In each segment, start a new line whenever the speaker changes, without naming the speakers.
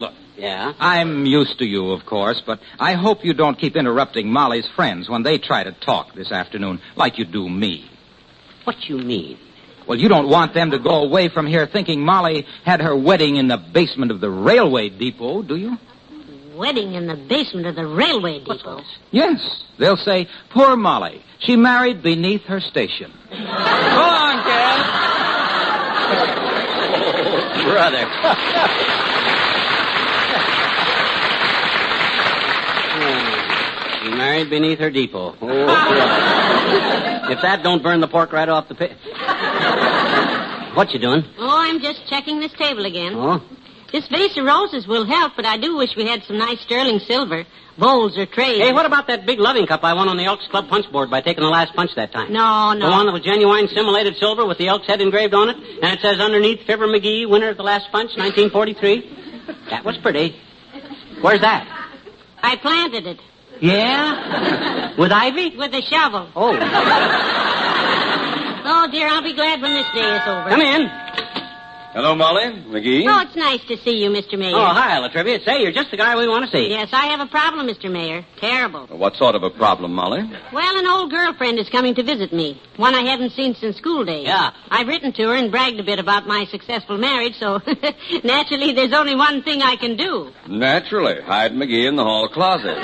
Look. Yeah? I'm used to you, of course, but I hope you don't keep interrupting Molly's friends when they try to talk this afternoon like you do me.
What you mean?
Well, you don't want them to go away from here thinking Molly had her wedding in the basement of the railway depot, do you?
Wedding in the basement of the railway depot.
Yes. They'll say, poor Molly. She married beneath her station. go on, Cal. oh, brother.
She married beneath her depot. Oh, brother. if that don't burn the pork right off the pit. What you doing?
Oh, I'm just checking this table again.
Oh?
This vase of roses will help, but I do wish we had some nice sterling silver, bowls or trays.
Hey, what about that big loving cup I won on the Elks Club punch board by taking the last punch that time?
No, no.
The one that was genuine simulated silver with the Elks head engraved on it, and it says underneath Fibber McGee, winner of the last punch, 1943. That was pretty. Where's that?
I planted it
Yeah? With ivy?
with a shovel.
Oh.
Oh, dear, I'll be glad when this day is over.
Come in.
Hello, Molly. McGee.
Oh, it's nice to see you, Mr. Mayor.
Oh, hi, Latrivia. Say, you're just the guy we want to see.
Yes, I have a problem, Mr. Mayor. Terrible.
What sort of a problem, Molly?
Well, an old girlfriend is coming to visit me. One I haven't seen since school days.
Yeah.
I've written to her and bragged a bit about my successful marriage, so naturally there's only one thing I can do.
Naturally. Hide McGee in the hall closet.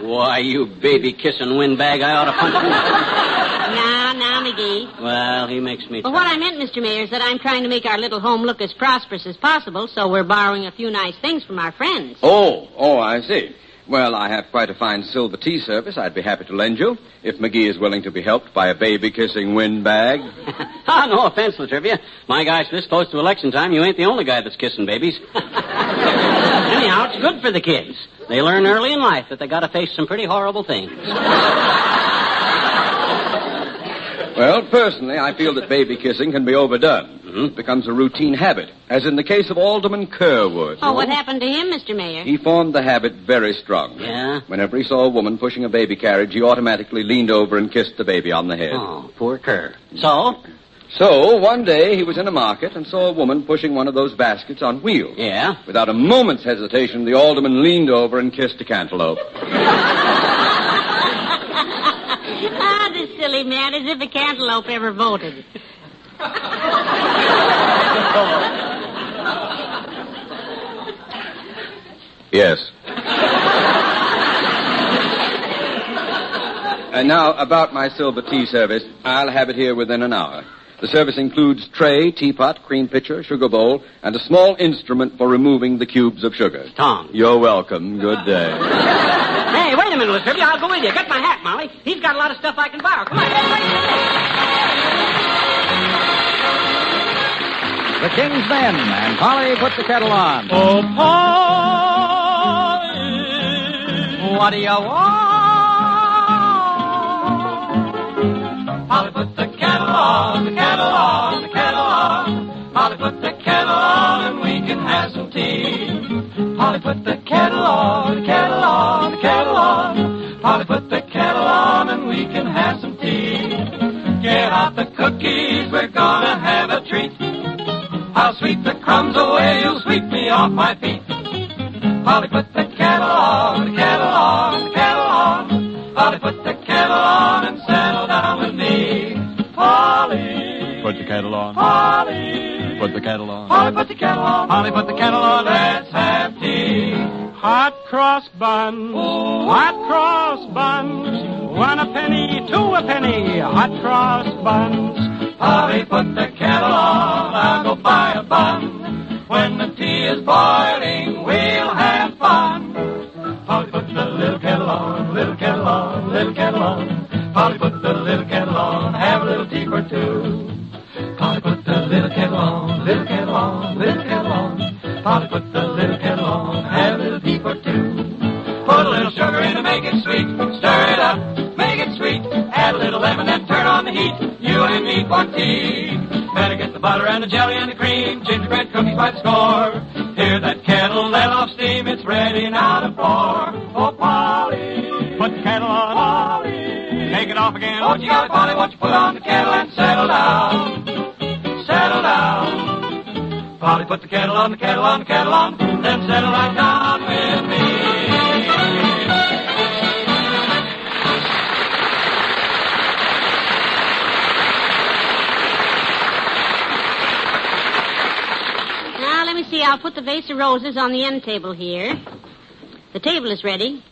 Why, you baby kissing windbag, I ought to punch
Now, now, McGee.
him. Well, he makes me.
Well, what I meant, Mr. Mayor, is that I'm trying to make our little home look as prosperous as possible, so we're borrowing a few nice things from our friends.
Oh, oh, I see. Well, I have quite a fine silver tea service I'd be happy to lend you if McGee is willing to be helped by a baby kissing windbag.
Ah, no offense, Latrivia. My gosh, this close to election time, you ain't the only guy that's kissing babies. Anyhow, it's good for the kids. They learn early in life that they gotta face some pretty horrible things.
Well, personally, I feel that baby kissing can be overdone.
Mm-hmm.
It becomes a routine habit, as in the case of Alderman Kerwood.
Oh, what happened to him, Mr. Mayor?
He formed the habit very strongly.
Yeah?
Whenever he saw a woman pushing a baby carriage, he automatically leaned over and kissed the baby on the head.
Oh, poor Kerr. So?
So, one day, he was in a market and saw a woman pushing one of those baskets on wheels.
Yeah?
Without a moment's hesitation, the alderman leaned over and kissed a cantaloupe.
Ah, this silly man, as if a cantaloupe ever voted.
Yes. and now, about my silver tea service, I'll have it here within an hour. The service includes tray, teapot, cream pitcher, sugar bowl, and a small instrument for removing the cubes of sugar.
Tom.
You're welcome. Good day.
Hey, wait a minute, Latrivia. I'll go with you. Get my hat, Molly. He's got a lot of stuff I can borrow. Come on.
The King's Men and Polly put the kettle on.
Oh, Polly. What do you want? Polly put the kettle on, the kettle on, the kettle on. Polly put the kettle on and we can have some tea. Polly put the kettle on, the kettle on, the kettle on. Polly put the kettle on and we can have some tea. Get out the cookies, we're gonna have a treat. I'll sweep the crumbs away, you'll sweep me off my feet. Polly put the kettle on, the kettle on, the kettle on. Polly put the kettle on and settle down with me. Polly,
Put the kettle on.
Polly,
put the kettle on.
Oh,
Polly put the kettle on. Polly put the kettle on. Let's have tea. Hot cross buns. Hot cross buns. One a penny, two a penny. Hot cross buns. Polly put the kettle on. I'll go buy a bun. When the tea is boiling, we'll have fun. Polly put the little kettle on, little kettle on, little kettle on. Polly put the little kettle on, have a little tea for two. Polly put the little kettle on, little kettle on, little kettle on. Polly put the little kettle on, have a little tea for two. Put a little sugar in to make it sweet, stir it up, make it sweet. Add a little lemon and turn on the heat. You and me for tea. Better get the butter and the jelly and the cream, gingerbread cookies by the score. Hear that kettle let off steam, it's ready now to pour. Oh, Polly, put the kettle on. Polly, take it off again. What you got, Polly? What you put on the kettle and settle down? settle down. Polly put the kettle on, the kettle on, the kettle on, then settle right down with me.
Now, let me see. I'll put the vase of roses on the end table here. The table is ready.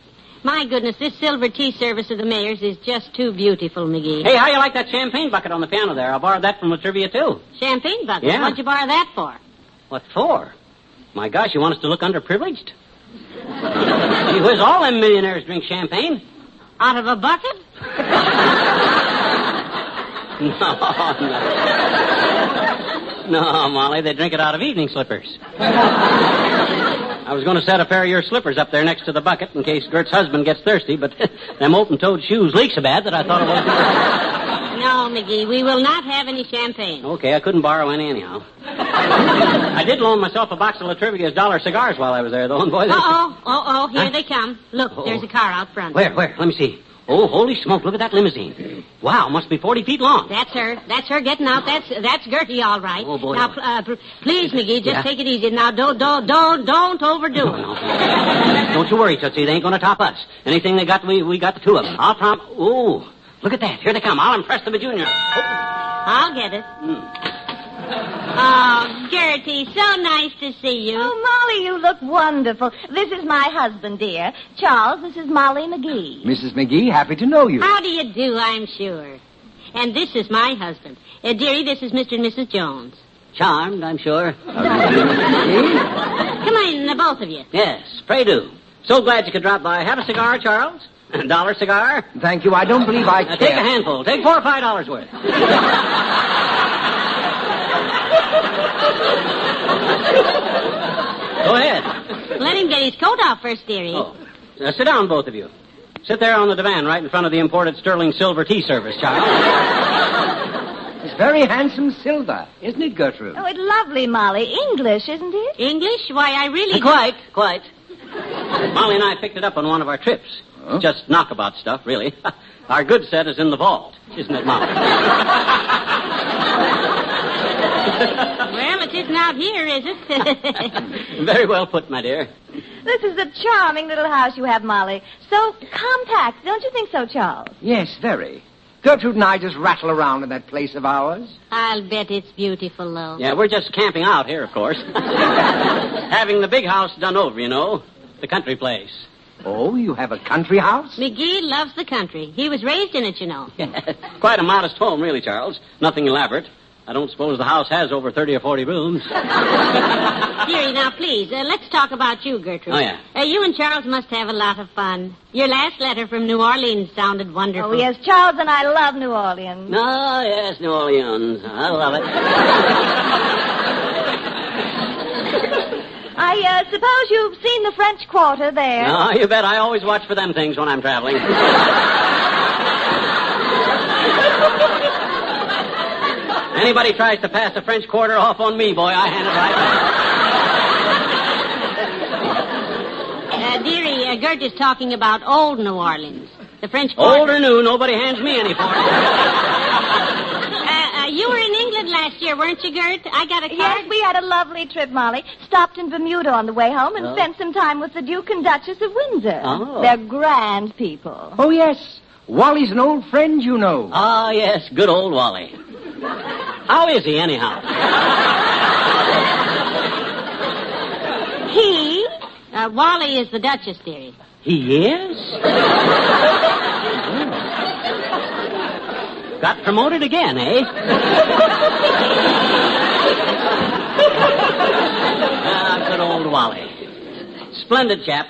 My goodness, this silver tea service of the mayor's is just too beautiful, McGee.
Hey, how you like that champagne bucket on the piano there? I borrowed that from Latrivia, too.
Champagne bucket.
Yeah.
What'd you borrow that for?
What for? My gosh, you want us to look underprivileged? Gee whiz, all them millionaires drink champagne.
Out of a bucket?
No, no. No, Molly, they drink it out of evening slippers. I was going to set a pair of your slippers up there next to the bucket in case Gert's husband gets thirsty, but them open-toed shoes leak so bad that I thought it wasn't...
No, McGee, we will not have any champagne.
Okay, I couldn't borrow any anyhow. I did loan myself a box of Latrivia's dollar cigars while I was there, though, and boy, they...
Uh-oh, uh-oh, here
Huh?
they come. Look,
Uh-oh.
there's a car out front.
Where, where? Let me see. Oh, holy smoke, look at that limousine. Wow, must be 40 feet long.
That's her. That's her getting out. That's that's Gertie, all right.
Oh, boy.
Now, pl- uh, pl- please, McGee, just
Yeah.
take it easy. Now, don't, don't, don't, don't overdo it.
Don't you worry, Tootsie, they ain't gonna top us. Anything they got, we, we got the two of them. I'll prom... Ooh, look at that. Here they come. I'll impress them a junior.
I'll get it.
Hmm.
Oh, Gertie, so nice to see you.
Oh, Molly, you look wonderful. This is my husband, dear. Charles, this is Molly McGee.
Mrs. McGee, happy to know you.
How do you do, I'm sure. And this is my husband. Uh, dearie, this is Mr. and Mrs. Jones.
Charmed, I'm sure.
Come in, the both of you.
Yes, pray do. So glad you could drop by. Have a cigar, Charles? A dollar cigar?
Thank you. I don't believe I
Now,
can.
take a handful. Take four or five dollars worth. Go ahead.
Let him get his coat off first, dearie.
Oh. Now, sit down, both of you. Sit there on the divan right in front of the imported sterling silver tea service, Charles.
It's very handsome silver, isn't it, Gertrude?
Oh, it's lovely, Molly. English, isn't it?
English? Why, I really...
Uh, quite, quite. Molly and I picked it up on one of our trips. Just knockabout stuff, really. our good set is in the vault, isn't it, Molly?
Well, it isn't out here, is it?
Very well put, my dear.
This is a charming little house you have, Molly. So compact, don't you think so, Charles?
Yes, very. Gertrude and I just rattle around in that place of ours.
I'll bet it's beautiful, though.
Yeah, we're just camping out here, of course. Having the big house done over, you know. The country place.
Oh, you have a country house?
McGee loves the country. He was raised in it, you know.
Quite a modest home, really, Charles. Nothing elaborate. I don't suppose the house has over 30 or 40 rooms.
Dearie, now please, uh, let's talk about you, Gertrude.
Oh, yeah.
Uh, you and Charles must have a lot of fun. Your last letter from New Orleans sounded wonderful.
Oh, yes, Charles and I love New Orleans.
No, yes, New Orleans. I love it.
I uh, suppose you've seen the French Quarter there.
No, Ah, you bet I always watch for them things when I'm traveling. Anybody tries to pass the French Quarter off on me, boy, I hand it right back.
Uh, dearie, uh, Gert is talking about old New Orleans. The French
Old
Quarter.
or new, nobody hands me any for it.
Uh, uh, you were in England last year, weren't you, Gert? I got a card.
Yes, we had a lovely trip, Molly. Stopped in Bermuda on the way home and
Oh.
spent some time with the Duke and Duchess of Windsor.
Oh.
They're grand people.
Oh, yes. Wally's an old friend, you know.
Ah, yes, good old Wally. How is he, anyhow?
Uh, Wally is the Duchess, dearie.
He is? Got promoted again, eh? ah, good old Wally. Splendid chap.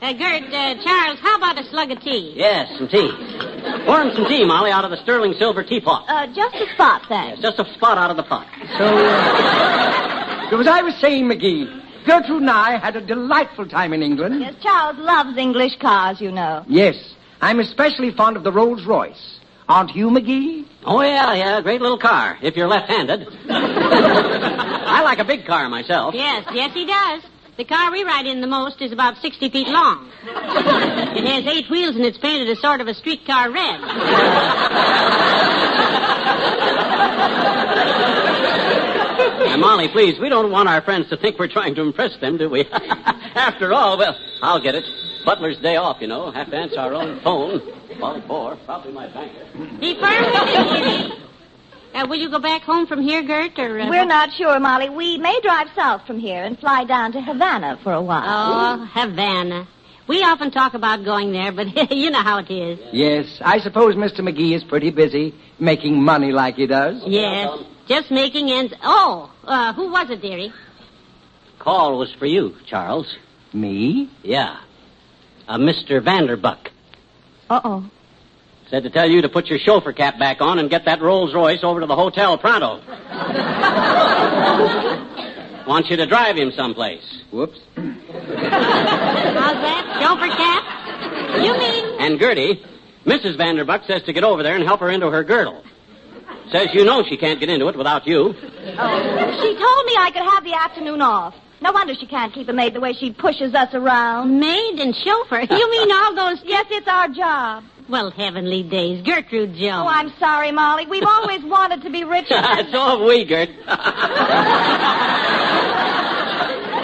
Uh, Gert, uh, Charles, how about a slug of tea?
Yes, some tea. Pour him some tea, Molly, out of the sterling silver teapot.
Uh, just a spot, thanks.
It's just a spot out of the pot.
So, uh, so as I was saying, McGee, Gertrude and I had a delightful time in England.
Yes, Charles loves English cars, you know.
Yes, I'm especially fond of the Rolls Royce. Aren't you, McGee?
Oh, yeah, yeah. Great little car, if you're left-handed. I like a big car myself.
Yes, yes, he does. The car we ride in the most is about 60 feet long. It has eight wheels and it's painted a sort of a streetcar red.
Now, Uh, Molly, please, we don't want our friends to think we're trying to impress them, do we? After all, well, I'll get it. Butler's day off, you know. Have to answer our own phone. Molly Bohr, probably my banker.
He firmly uh, Will you go back home from here, Gert, or... Uh,
We're not sure, Molly. We may drive south from here and fly down to Havana for a while.
Oh, Havana. We often talk about going there, but you know how it is.
Yes, I suppose Mr. McGee is pretty busy making money like he does.
Yes, just making ends... Oh, uh, who was it, dearie?
Call was for you, Charles.
Me?
Yeah. A Mr. Vanderbuck.
Uh-oh.
Said to tell you to put your chauffeur cap back on and get that Rolls Royce over to the hotel pronto. Wants you to drive him someplace.
Whoops.
How's that? Chauffeur cap? You mean...
And Gertie, Mrs. Vanderbuck says to get over there and help her into her girdle. Says you know she can't get into it without you.
She told me I could have the afternoon off. No wonder she can't keep a maid the way she pushes us around.
Maid and chauffeur? You mean all those...
Yes, it's our job.
Well, heavenly days. Gertrude Jones.
Oh, I'm sorry, Molly. We've always wanted to be rich.
so have we, Gert.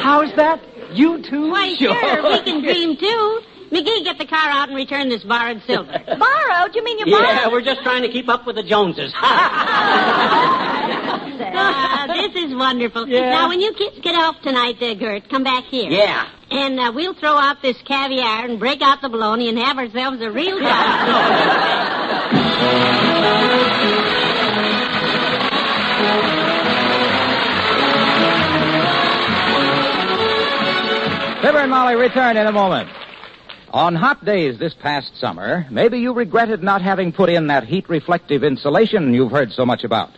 How's that? You too?
Why, sure, we can dream too. McGee, get the car out and return this borrowed silver.
Borrowed? You mean you borrowed?
yeah, we're just trying to keep up with the Joneses.
Ah, this is wonderful. Now, when you kids get off tonight, uh, Gert, come back here.
Yeah.
And uh, we'll throw out this caviar and break out the bologna and have ourselves a real time.
Fibber and Molly return in a moment. On hot days this past summer, maybe you regretted not having put in that heat reflective insulation you've heard so much about.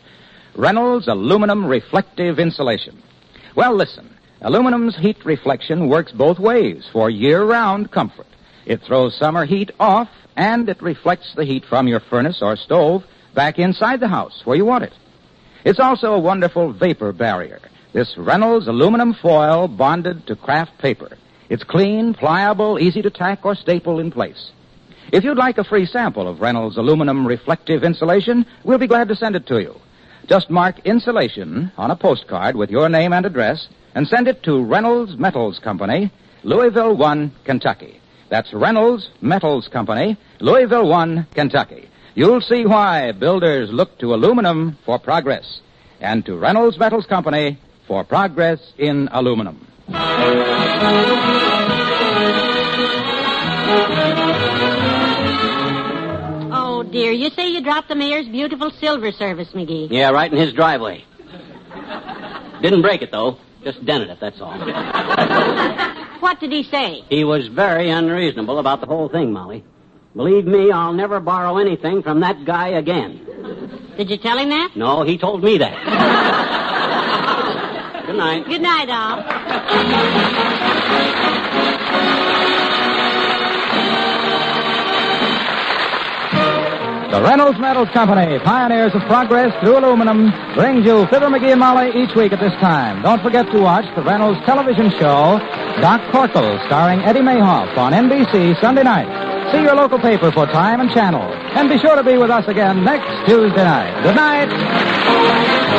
Reynolds Aluminum Reflective Insulation. Well, listen. Aluminum's heat reflection works both ways for year-round comfort. It throws summer heat off and it reflects the heat from your furnace or stove back inside the house where you want it. It's also a wonderful vapor barrier. This Reynolds aluminum foil bonded to craft paper. It's clean, pliable, easy to tack or staple in place. If you'd like a free sample of Reynolds aluminum reflective insulation, we'll be glad to send it to you. Just mark insulation on a postcard with your name and address and send it to Reynolds Metals Company, Louisville 1, Kentucky. That's Reynolds Metals Company, Louisville 1, Kentucky. You'll see why builders look to aluminum for progress and to Reynolds Metals Company for progress in aluminum.
Oh, dear. You say you dropped the mayor's beautiful silver service, McGee.
yeah, right in his driveway. Didn't break it, though. Just dented it, that's all.
What did he say?
He was very unreasonable about the whole thing, Molly. Believe me, I'll never borrow anything from that guy again.
Did you tell him that?
No, he told me that. Good night.
Good night, all.
The Reynolds Metals Company, pioneers of progress through aluminum, brings you Fibber McGee and Molly each week at this time. Don't forget to watch the Reynolds television show, Doc Corkle, starring Eddie Mayhoff on NBC Sunday night. See your local paper for time and channel. And be sure to be with us again next Tuesday night. Good night.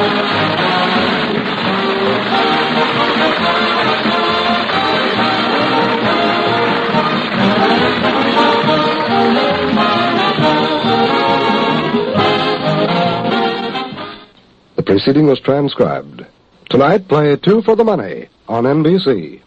The proceeding was transcribed. Tonight, play Two for the Money on NBC.